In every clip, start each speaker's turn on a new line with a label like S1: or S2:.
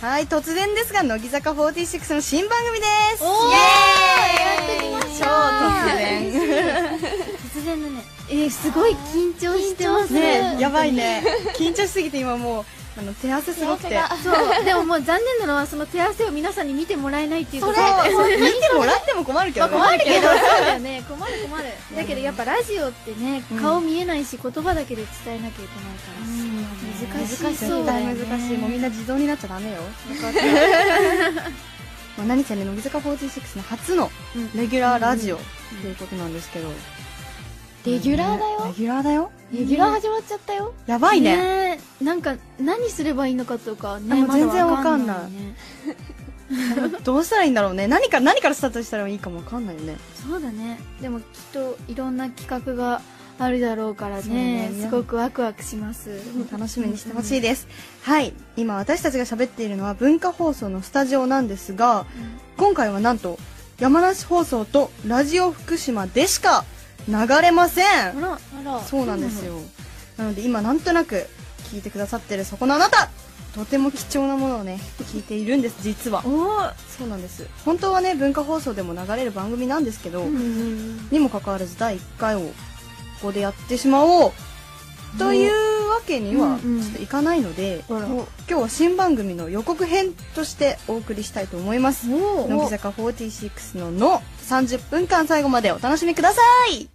S1: はい突然ですが乃木坂46の新番組です
S2: おー
S1: イエーイ
S2: やってみましょう
S1: 超突然
S2: 突然のねえーすごい緊張してます
S1: ねやばいね緊張しすぎて今もうあの手汗すごくて
S2: そうでももう残念なのはその手汗を皆さんに見てもらえないっていう
S1: そ
S2: こ
S1: う
S2: と
S1: そう見てもらっても困るけどね
S2: 困るけどそうだよね困る困るだけどやっぱラジオってね
S1: うん
S2: 顔見えないし言葉だけで伝えなきゃいけないから難しそう
S1: 絶
S2: だ
S1: 対
S2: よね
S1: 難しいもうみんな自動になっちゃダメよ まあ何せね乃木坂46の初のレギュラーラジオということなんですけど
S3: レギュラーだ
S1: レ
S3: よ
S1: ギュラーだよ
S3: レギュラー始まっちゃったよ
S1: やばいね
S2: ねなんか何すればいいのかとか
S1: あ
S2: ね
S1: もう
S2: まだ
S1: 全然わかんない
S2: わね
S1: どうしたらいいんだろうね何から何からスタートしたらいいかもわかんないよね
S2: そうだねでもきっといろんな企画があるだろうからね
S1: そうだよね
S2: すごくワクワクします
S1: 楽しみにしてほしいですはい今私たちが喋っているのは文化放送のスタジオなんですが今回はなんと山梨放送とラジオ福島でしか流れません
S2: あら
S3: あら
S1: そうなんですよなので今なんとなく聞いてくださってるそこのあなたとても貴重なものをね聞いているんです実は
S2: おお
S1: そうなんです本当はね文化放送でも流れる番組なんですけど、にもかかわらず第1回をここでやってしまおうというわけには
S2: うんうん
S1: ちょっといかないので、
S2: あら
S1: 今日は新番組の予告編としてお送りしたいと思います
S2: お
S1: 乃木坂46の「の」30分間最後までお楽しみください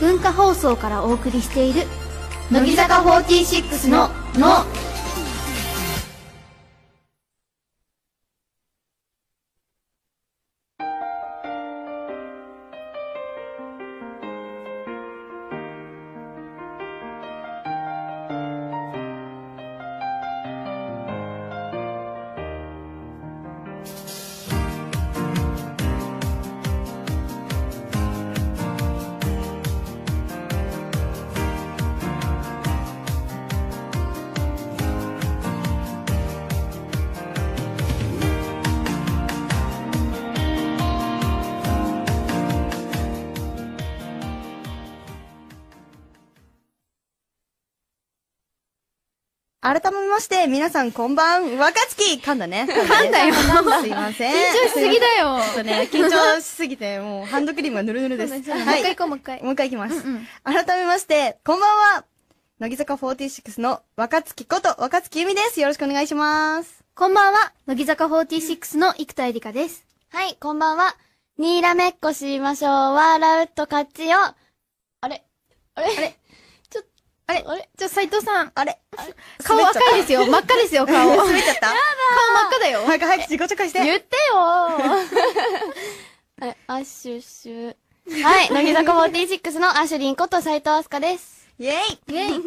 S2: 文化放送からお送りしている
S3: 乃木坂46の「の」
S1: 改めまして皆さんこんばん若月噛んだね噛んだよすいません緊
S2: 緊張しすぎだよ
S1: ちょっとね緊張しすぎてもうハンドクリームがぬるぬるです
S2: じゃあもう
S1: は
S2: 一回
S1: い
S2: 行こうもう一回
S1: もう一回いきます、
S2: うんうん
S1: 改めまして、こんばんは。乃木坂46の若月こと若月由美です。よろしくお願いします。
S2: こんばんは乃木坂46の生田絵梨香です
S3: はいこんばんはにらめっこしましょう笑うと勝ちよあれあれあれちょっ
S2: あれ
S3: あれ
S2: じゃあ斉藤さん
S1: あれ
S2: 顔
S1: 滑っ
S2: 赤
S1: ちゃった
S2: いですよ真っ赤ですよ顔顔 真っ
S1: 滑っちゃった
S2: 赤だよ
S1: 早く早く自己紹介して。
S3: 言ってよ はいアッシュッシュはい乃木坂46のアッシュリンこと斉藤飛鳥です
S1: イェイ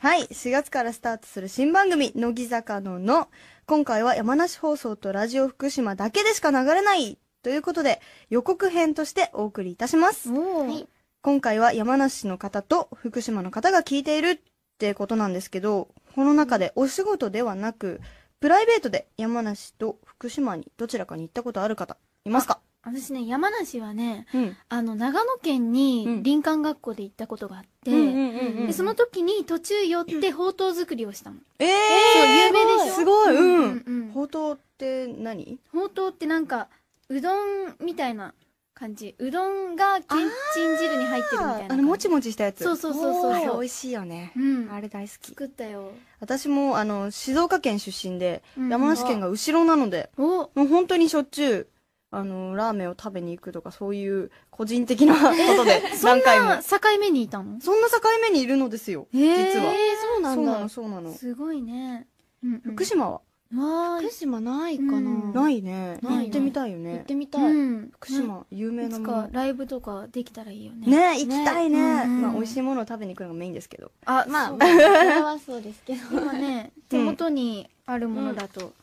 S1: はい、4月からスタートする新番組、乃木坂のの。今回は山梨放送とラジオ福島だけでしか流れない。ということで、予告編としてお送りいたします。
S2: お
S3: は
S2: ー
S3: い
S1: 今回は山梨の方と福島の方が聞いているってことなんですけど、この中でお仕事ではなく、プライベートで山梨と福島にどちらかに行ったことある方、いますか
S2: 私ね山梨はね
S1: うん。
S2: あの長野県
S1: うん
S2: に林間学校で行ったことがあって、
S3: うん
S2: でその時に途中寄ってほうとう作りをしたの、
S1: えー、
S2: そう有名でしょ
S1: すごい、うん。
S2: うん
S1: ほうとうって何
S2: ほうとうってなんかうどんみたいな感じうどんがけんちん汁に入ってるみたいな感じ
S1: あの、もちもちしたやつ。
S2: そうそうそうそう
S1: おー美味しいよね。
S2: うん
S1: あれ大好き。
S2: 作ったよ、
S1: 私も、あの、静岡県出身で、
S2: うん
S1: 山梨県が後ろなので、
S2: お
S1: もう本当にしょっちゅう、あの、ラーメンを食べに行くとか、そういう個人的なことで
S2: そん
S1: 何回も
S2: な。境目にいたの
S1: そんな境目にいるのですよ。
S2: へー
S1: 実は。
S3: そう
S1: そうなの、そうなの。
S2: すごいね、うんうん、
S1: 福島は
S2: わーい
S3: 福島ないか
S2: う
S3: なん
S1: ないね。
S2: ないね
S1: 行ってみたいよ
S3: 行っ
S1: ね。
S3: てみたい、
S2: うん
S1: 福島、有名
S2: い
S1: な
S2: つ
S1: も
S2: か
S1: の。
S2: ライブとかできたらいいよね
S1: ね行きたいね。
S2: ねうんうん
S1: まあ、美味しいものを食べに行くのがメインですけど。
S2: あ
S3: まあ
S2: そう
S3: それはそうですけど
S2: 今ね手元にあるものだと、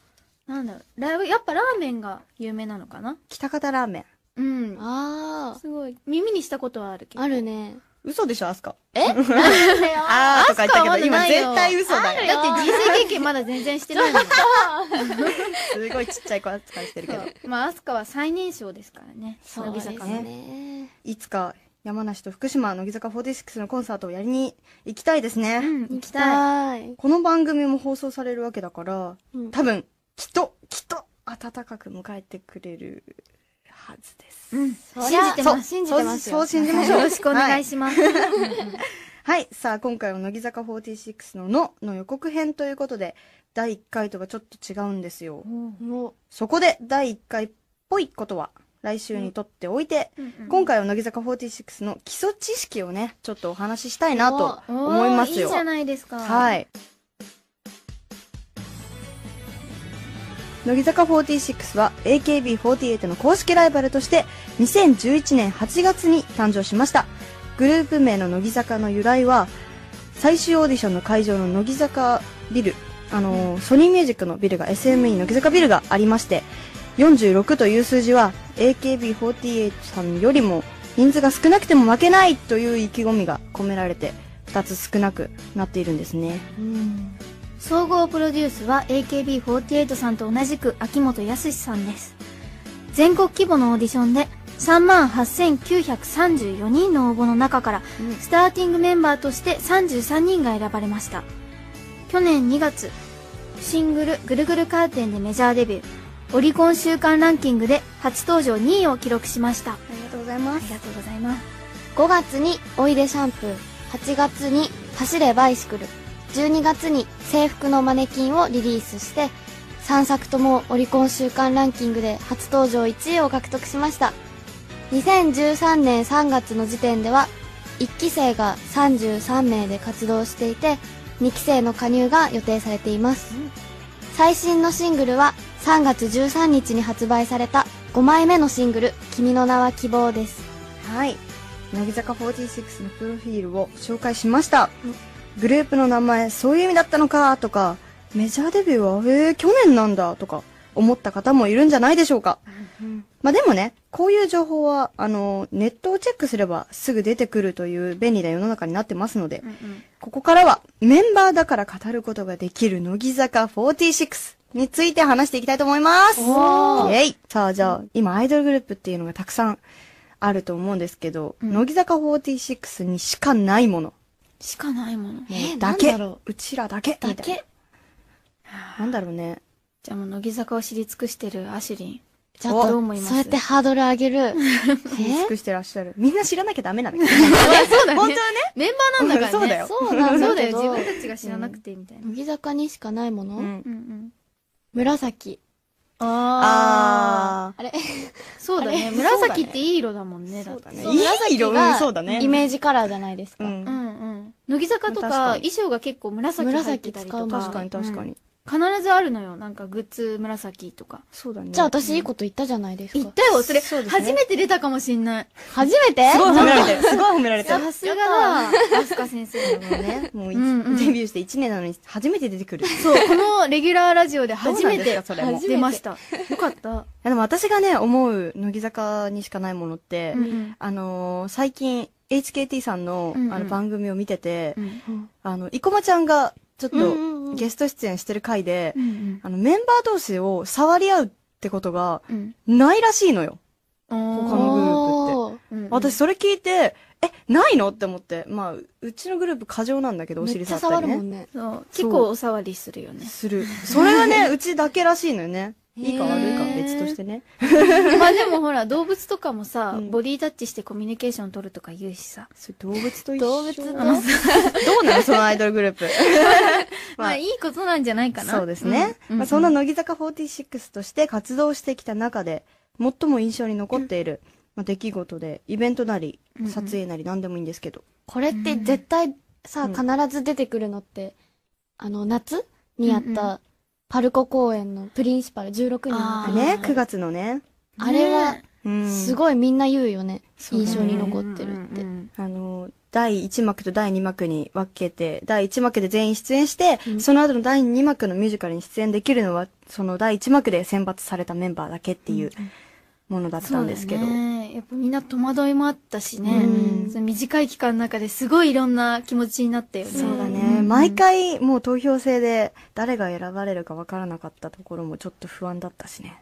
S2: なんだろうライブやっぱラーメンが有名なのかな
S1: 北方ラーメン。
S2: うん
S3: あ
S2: すごい耳にしたことはあるけ
S3: あ
S2: ど
S3: あるね
S1: 嘘でしょ、アスカ。
S3: え
S1: あーとか言ったけ
S2: アス
S1: ど、
S2: カはま
S1: 今
S2: だないよ
S1: 絶対嘘だよ。
S2: だって人生経験まだ全然してないのに
S1: すごいちっちゃい子扱いしてるけど。
S2: まあアスカは最年少ですからね
S3: そうです
S2: 乃木坂の
S3: ね
S1: いつか山梨と福島、乃木坂46のコンサートをやりに行きたいです
S2: う
S1: ね。
S2: ん、行
S3: 行
S2: き
S3: き
S2: たい。
S3: たい。
S1: この番組も放送されるわけだから、
S3: うん
S1: 多分、きっと、きっと、暖かく迎えてくれるはずです。
S2: うん、
S3: そう
S2: 信じてます。
S3: 信じてますよ
S1: そうそう信じましょう。
S2: よろしくお願いします。
S1: はい。さあ、今回は乃木坂46ののの予告編ということで、第1回とはちょっと違うんですよ。
S3: もう、
S1: そこで、第1回っぽいことは、来週にとっておいて、今
S2: 回
S1: 回は乃木坂46の基礎知識をね、ちょっとお話ししたいなと。思いますよ
S2: いいじゃないですか。
S1: はい。乃木坂46は AKB48 の公式ライバルとして2011年8月に誕生しました。グループ名の乃木坂の由来は最終オーディションの会場の乃木坂ビル、あのーソニーミュージックのビルが SME 乃木坂ビルがありまして46という数字は AKB48 さんよりも人数が少なくても負けないという意気込みが込められて2つ少なくなっているんですね。
S3: うん。
S2: 総合プロデュースは AKB48 さんと同じく秋元康さんです全国規模のオーディションで3万8934人の応募の中からスターティングメンバーとして33人が選ばれました去年2月シングル「ぐるぐるカーテン」でメジャーデビューオリコン週間ランキングで初登場2位を記録しましたあ
S1: ありがとうございま
S2: り。がとうございます
S3: 5月においでシャンプー、8月に走れバイシクル、12月に制服のマネキンをリリースして、3作ともオリコン週間ランキングで初登場1位を獲得しました。2013年3月の時点では、1期生が33名で活動していて、2期生の加入が予定されています。最新のシングルは3月13日に発売された5枚目のシングル、君の名は希望です。
S1: はい。乃木坂46のプロフィールを紹介しました。グループの名前、そういう意味だったのか、とか、メジャーデビューは、えー、去年なんだ、とか、思った方もいるんじゃないでしょうか。まあでもね、こういう情報は、あの、ネットをチェックすればすぐ出てくるという便利な世の中になってますので、ここからはメンバーだから語ることができる乃木坂46について話していきたいと思います。
S2: おー
S1: イェイさあじゃあ、今アイドルグループっていうのがたくさんあると思うんですけど、
S2: うん
S1: 乃木坂46にしかないもの。
S2: しかないもの
S1: も
S3: え
S1: うだけ。
S3: なんだろ
S1: うちらだけ。みたいななんだろうね。
S2: じゃあもう乃木坂を知り尽くしてるアシュリン
S3: ちょっ
S1: お
S3: と、
S2: どう思います
S3: そう やってハードル上げ る。え
S1: 知り尽くしてらっしゃる。みんな知らなきゃダメなのよ。
S2: そう
S1: 本
S2: だ
S1: 当はね。
S2: メンバーなんだからね。
S1: そうだよ
S3: そうなん
S2: そうだ
S3: だけ
S2: よ。
S3: ど、
S2: 自分たちが知らなくて、みたいな。
S3: 乃木坂にしかないも
S1: う
S3: の、
S1: ん
S2: うんうん。
S3: 紫。
S2: あ
S1: あ
S3: あ れ、
S2: あ。そうだね。
S1: あれ
S2: 紫っていい色だもんね。
S1: そうだ
S2: だ
S1: ね。
S2: って
S1: いい色、うん、そうだね。
S3: イメージカラーじゃないですか。
S1: う。
S2: うんんうん。乃木坂
S1: 確
S2: とか
S1: かに
S2: 衣装が結構紫入ってたりと
S3: 紫使うもん
S2: か。
S1: 確かに確かに。
S2: うん。必ずあるのよ。なんかグッズ紫とか。
S1: そうだね。
S3: じゃあ私いいこと言ったじゃないですか。
S2: 言ったよ、それ。
S1: そうですね
S2: 初めて出たかもしんない。
S3: 初めて
S1: すごい褒められてる。すごい褒められてる。
S2: さすがだ。アスカ先生の。
S1: もうね、もうい
S2: うんうん
S1: デビューして1年なのに初めて出てくる。
S2: そう、このレギュラーラジオで初め
S1: どうなん
S2: て
S1: ですかそれも
S2: 出ました。よかった。
S1: いやでも私がね、思う乃木坂にしかないものって、
S2: うんうん
S1: あのー最近 HKT さんの,、
S2: うんうん
S1: あの番組を見てて、
S2: うん
S3: うん
S1: あの、生駒ちゃんがちょっ
S3: うん
S1: と
S3: うんうん
S1: ゲスト出演してる回で、
S2: うん
S1: あのメンバー同士を触り合うってことが
S2: うん。
S1: ないらしいのよ。
S2: 他
S1: 他のグループって
S3: おー
S2: うんうん
S1: 私それ聞いて、え、ないのって思って、まあ、ううちのグループ過剰なんだけど、お
S3: め
S1: 尻
S3: っちゃ
S1: 触った
S3: 触
S1: りね
S3: るも。んね。
S2: そう結構お触りする よね。
S1: する。それがね、うちだけらしいのよね。いいか悪いかは
S2: へー
S1: 別としてね。
S2: まあでもほら、動物とかもさ、
S1: うん
S2: ボディタッチしてコミュニケーション取るとか言うしさ。
S1: それ動物と一緒
S3: 動物
S1: ど
S3: と
S1: うなのそのアイドルグルー プ。
S2: まあいいことなんじゃないかな。
S1: そうですね。
S2: うん
S1: まあ、そんな乃木坂46として活動してきた中で、最も印象に残っている、まあ、出来事で、イベントなり
S2: うんう、ん
S1: 撮影なり何でもいいんですけど。
S3: これって絶対さ、
S1: うん
S3: 必ず出てくるのって、あの、夏にやっ
S2: うんう
S3: た、パルコ公演のプリンシパル16人の
S2: あー
S1: ね、9月のね。
S3: あれは、
S1: うん。
S3: すごいみんな言うよね。
S1: そうだ
S3: 印
S1: ね
S3: 象に残ってるって。
S1: あの、第1幕と第2幕に分けて、第1幕で全員出演して、
S3: うん
S1: その後の第2幕のミュージカルに出演できるのは、その第1幕で選抜されたメンバーだけっていうものだったんですけど。
S2: そうだねやっぱみんな戸惑いもあったしね。
S1: うん
S2: その短い期間の中ですごいいろんな気持ちになったよね。
S1: そうだね、
S2: ん
S1: 毎。回もう投票制で誰が選ばれるか分からなかったところもちょっと不安だったしね。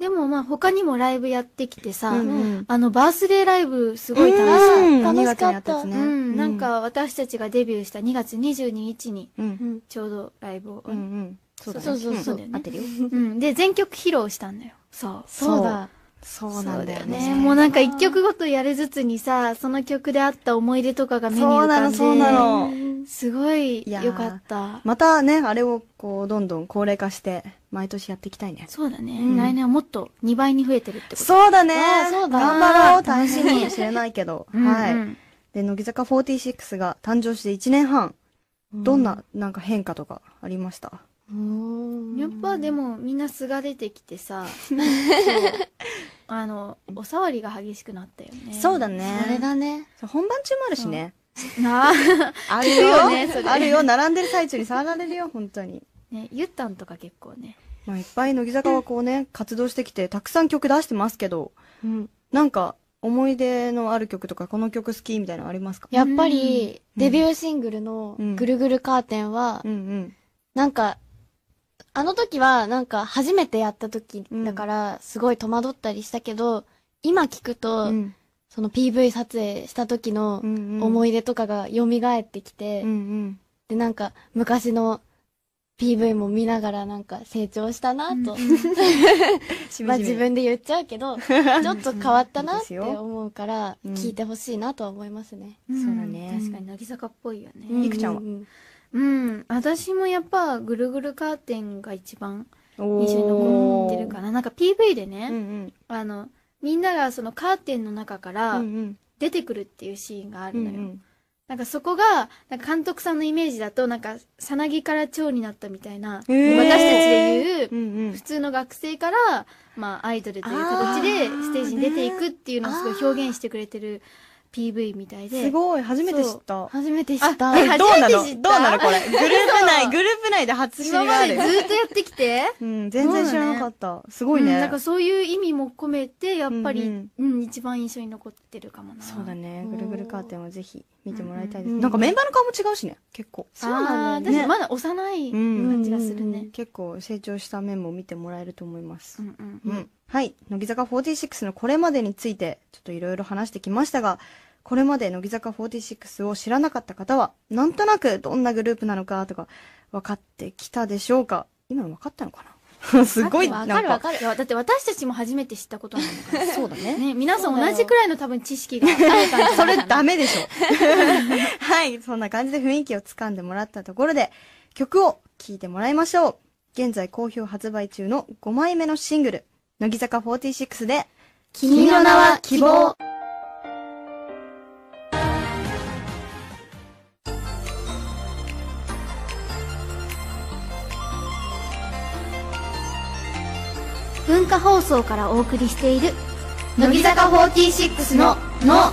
S2: でもまあ他にもライブやってきてさ、
S1: うんうん
S2: あのバースデーライブすごい楽し
S3: う
S2: かっ
S3: ん
S2: た。
S1: 2月にやったやつ
S2: う
S1: ね。
S2: ん、なん、か私たちがデビューした2月22日に
S1: うん、
S3: う
S1: うん
S3: ん。
S2: ちょうどライブを、
S1: うん、うん。そうだね。
S3: そうそうそう
S2: そうだよね
S1: 合ってるよ。
S2: うんで全曲披露したんだよそう
S3: そうだ。
S1: そうなんだよ
S2: そう
S1: ね。
S2: もうなんか一曲ごとやるずつにさその曲であった思い出とかが目に
S1: そう
S2: 浮
S1: な
S2: かん
S1: の、
S2: で
S1: そうなの。
S2: すごい
S1: いやー
S2: よかった
S1: またね、あれをこう、どんどん高齢化して、毎年やっていきたいね。
S2: そうだね、
S1: ん
S2: 来年はもっと2倍に増えてるってこと
S1: そうだね
S3: わあそうだ
S1: 頑張ろう
S3: 楽
S1: 楽
S3: し
S1: し
S3: み
S1: みかもしれないけ ど。
S2: うんうん
S1: はい。で、乃木坂46が誕生して1年半、どんな、なんか変化とかありました
S3: うん
S2: やっぱでもみんな素が出てき てさそうあのお触りが激しくなったよね
S1: そうだ
S3: あれ
S1: ね。
S3: だね。
S1: そう本番中もあるしね。
S2: なあ
S1: ある
S2: よ
S1: よ
S2: ねそれ。
S1: あるよ。並んでる最中に触られるよ、本当に。
S2: ねゆったんとか結構ね
S1: まあ、いっぱい乃木坂はこうね、活動してきて、たくさん曲出してますけど、なんか、思い出のある曲とか、この曲好きみたいなのありますか
S3: やっぱり、
S1: うん
S3: デビューシングルの
S1: うん
S3: ぐるぐるカーテンは
S1: う、んうん。
S3: なんか、あの時はなんか初めてやった時だからすごい戸惑ったりしたけど、今聞くと、
S1: うん
S3: その PV 撮影した時の
S1: うん
S3: 思
S1: い
S3: い出とかが蘇ってきて、
S1: うんうん。
S3: でなんか昔の PV も見ながらなんか成長したなと、
S1: し
S3: まあ
S1: みじ
S3: 自
S1: み
S3: 分で言っちゃう けど、ちょっと変わった
S1: うん
S3: な
S1: で
S3: っ
S1: す
S3: て
S1: よ
S3: 思うから、
S1: うん
S3: 聞いてほしいなとは思いますね。
S1: そうだね
S2: 確かに乃木坂っぽいよね
S1: いくちゃんは
S3: う
S2: うん、私もやっぱぐるぐるカーテンが一番
S1: おー
S2: 印象に残ってるかななんか PV でね、
S1: うんうん。
S2: あのみんながそのカーテンの中か
S1: う
S2: ら
S1: んうん
S2: 出てくるっていうシーンがあ
S1: う
S2: る
S1: んう
S2: のよ、
S1: ん。
S2: なんかそこがなんか監督さんのイメージだとなんかさなぎから蝶になったみたいな、
S1: へー
S2: 私たちで
S1: う
S2: 言うん
S1: うん
S2: 普。通の学生から、まあ、アイドルという形で
S1: あー
S2: ステージに出ていくっていうのをすごい表現してくれてる PV みたいです
S1: ごい、初めて知った。
S3: 初めて知った。
S2: あ
S1: えどうな
S2: 初めて知った
S1: のどうなのこれ。グループ内、
S2: そう
S1: グループ内で初知
S2: 今
S1: りが
S2: ま
S1: あ
S2: で
S1: る
S2: ず。っとやってきて
S1: うん、全然知らなかった。すごい
S2: うん
S1: ね。
S2: なんかそういう意味も込めてやっぱり、う
S1: うんん
S2: 一番印象に残ってるかもな
S1: そうだね。
S3: うん
S1: ぐるぐるカーテンはぜひ見てもらいたいで
S3: う
S1: す。
S3: ん
S1: なんかメンバーの顔も違うしね、結構。
S2: そうなんだよね
S1: あー
S2: まだ幼い感じがするね
S1: 結構成長した面も見てもらえると思います
S2: う。んうん
S1: うん。はい。乃木坂46のこれまでについて、ちょっといろいろ話してきましたが、これまで乃木坂46を知らなかった方は、なんとなくどんなグループなのかとか、分かってきたでしょうか今の分かったのかな すごい、
S2: わ
S1: な
S2: か
S1: ん
S2: るわかるいやだって私たちも初めて知ったことなのから
S1: そうだね。
S2: ね皆さん
S3: そうだ
S2: 同
S3: よ
S2: じくらいの多分知識があった んじゃないかな
S1: それダメでしょ。はい、そんな感じで雰囲気をつかんでもらったところで、曲を聴いてもらいましょう。現在好評発売中の5枚目のシングル、乃木坂46で、
S3: 君の名は希望。
S2: 文化放送からお送りしている
S3: 乃木坂46のの。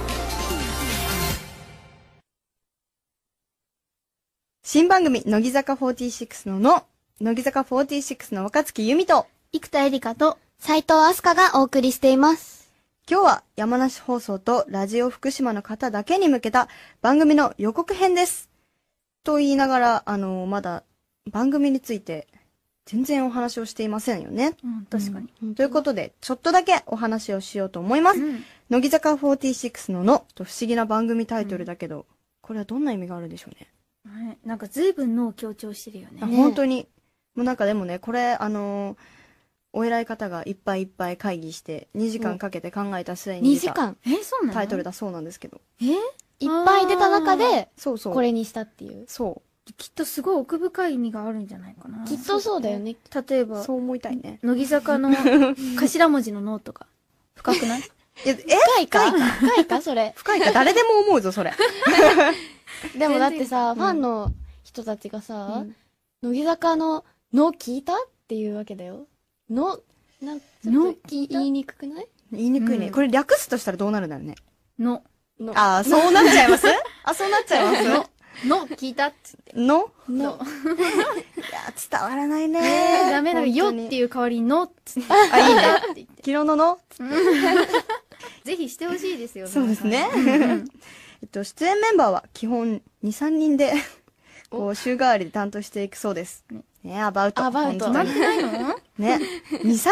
S1: 新番組、乃木坂46のの、乃木坂46の若月由美と、
S2: 生田絵梨花と
S3: 斉藤飛鳥がお送りしています。
S1: 今日は山梨放送とラジオ福島の方だけに向けた番組の予告編です。と言いながら、あの、まだ番組について全然お話をしていませんよね。
S2: うん確かに、
S1: ということで、ちょっとだけお話をしようと思います。
S2: うん
S1: 乃木坂46ののと不思議な番組タイトルだけど、これはどんな意味があるんでしょうね。
S2: ねなんか随分脳を強調してるよね
S1: あ
S3: ね
S1: 本当に。もうなんかでもね、これ、あのーお偉い方がいっぱいいっぱい会議して、2時間かけて考えた末に
S3: 2
S1: 出
S3: 時
S1: た
S3: 間。
S2: えそうなの
S1: タイトル
S2: だ
S1: だそうなんですけど。
S2: え
S3: いっぱい出た中で、
S1: そうそう。
S3: こ。れにしたっていう。
S1: そ
S2: きっとすごい奥深い意味があるんじゃないかな
S3: きっとそうだよね。
S2: 例え
S1: う。
S2: ば
S1: そう思いたいね。
S2: 乃木坂 の頭文字の脳とか深くない
S1: いやえ
S3: 深いか深いか それ。
S1: 深いか誰でも思うぞ、それ。
S3: でもだって
S1: 全然
S3: さ、ファンの人たちがさ、乃木坂のの聞いたっていうわけだよ。の、なん
S2: の
S3: 聞い言いにくくない
S1: 言いにくいね。
S2: うん
S1: これ略すとしたらどうなるんだろうね。
S2: の
S3: の。
S1: ああ、そうなっちゃい ますあ、そうなっちゃいま
S2: の聞いたっつって
S1: すの
S3: の。
S1: いや、伝わらないね
S2: えー ダメだよって
S1: う。
S2: いう代わりにのっつってあいいなって言って
S1: 昨日のの、
S2: ぜひしてほしいですよ
S1: そうですね
S2: 皆さんうん
S1: えっと、出演メンバーは基本2、3人で、こう、週替わりで担当していくそうです。ね、アバウト。
S3: アバウト
S1: 本
S2: な
S1: 当
S2: ん
S1: に
S2: てないの
S1: ね、2、3人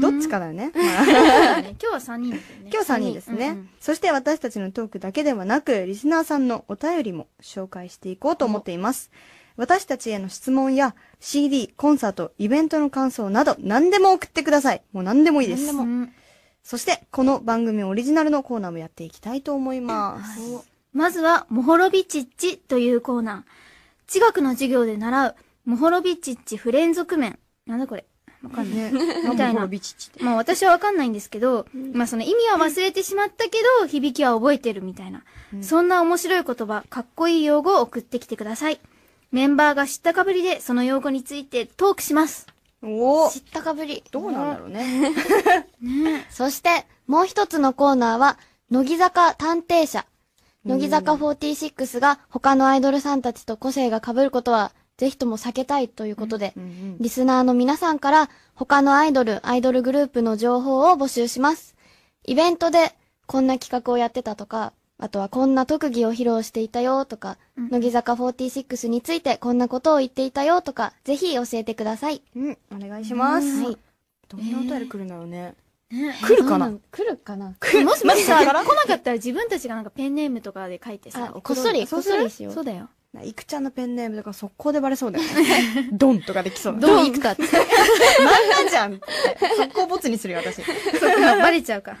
S1: だよどっちか
S2: か。
S1: だよね。
S2: 今日は3人だよね。
S1: 今日3人ですね、
S2: うんうん
S1: そして私たちのトークだけではなく、リスナーさんのお便りも紹介していこうと思っています。私たちへの質問や CD、コンサート、イベントの感想など何でも送ってください。もう何でもいいです。
S3: 何でも
S2: うん
S1: そして、この番組オリジナルのコーナーもやっていきたいと思います。
S2: まずは、モホロビチッチというコーナー。地学の授業で習う、モホロビチッチ不連続面。なんだこれわかんな
S1: ね、
S2: い。
S1: み
S2: みたいな
S1: ビチチ
S2: まあ私はわかんないんですけど、まあその意味は忘れてしまったけど、響きは覚えてるみたいな。
S1: うん
S2: そんな面白い言葉、かっこいい用語を送ってきてください。メンバーが知ったかぶりで、その用語についてトークします。
S1: おお
S3: 知ったかぶり。
S1: どうなんだろうね。
S2: ね
S3: そして、もう一つのコーナーは、乃木坂探偵社。乃木坂46が他のアイドルさんたちと個性が被ることは、ぜひとも避けたいということで、
S1: うん
S3: リスナーの皆さんから他のアイドル、アイドルグループの情報を募集します。イベントでこんな企画をやってたとか、あとはこんな特技を披露していたよとか、
S2: うん
S3: 乃木坂46についてこんなことを言っていたよとか、ぜひ教えてください。
S1: うん、お願いします。
S2: うん
S3: はい
S1: どんなお便り来るんだろうね。
S2: ね
S1: 来るかな
S3: どう来るかな
S1: 来る
S2: もしもしさ、
S1: マ
S2: 来
S1: ジで
S2: なかったら自分たちがなんかペンネームとかで書いてさ、
S3: あ
S2: 送ろう
S3: こっそり
S2: そう
S3: こっそりしよう
S2: そうだよ。
S1: いくちゃんのペンネームとか速攻でバレそうだよね。ドンとかできそうだね。
S3: どういくかって。
S1: 漫画じゃんって。速攻ボツにするよ、私。
S2: そっか、バレちゃうか。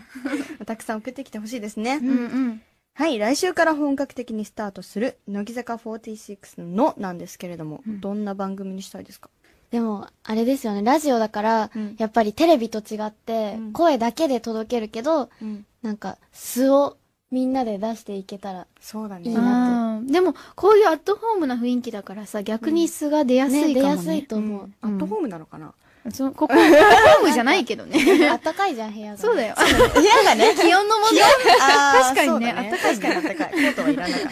S1: たくさん送ってきてほしいですね。
S2: うんうん。
S1: はい、来週から本格的にスタートする、乃木坂46のなんですけれども、
S2: うん
S1: どんな番組にしたいですか
S3: でも、あれですよね、ラジオだから、
S1: うん
S3: やっぱりテレビと違って、
S1: うん
S3: 声だけで届けるけど、
S1: うん。
S3: なんか、素をみんなで出してい けたら。
S1: そうだ
S3: いい
S1: ね。
S3: な
S2: あーでも、こういうアットホームな雰囲気だからさ、逆に素が出やすい
S3: ね、出
S2: かも
S3: や
S2: ね。
S3: すいと思う。
S1: アットホームなのかな
S2: そのここ、アットホームじゃないけどね。
S3: あったかいじゃん、部屋 が。
S2: そうだよ。
S1: 部 屋がね、
S2: 気温の問題
S1: 確
S2: かにね
S1: あったかい、確かにあったかい。コートはいらなかった。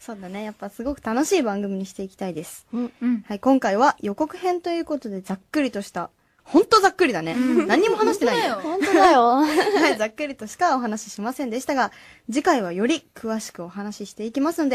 S1: そうだね。やっぱすごく楽しい番組にしていきたいです。
S2: うん。
S1: はい、今回は予告編ということでざっくりとした、ほんとざっくりだね。
S2: うん
S1: 何にも話してないよ。
S3: 本当だよ。
S1: はい、ざっくりとしかお話ししませんでしたが、次回はより詳しくお話ししていきますので、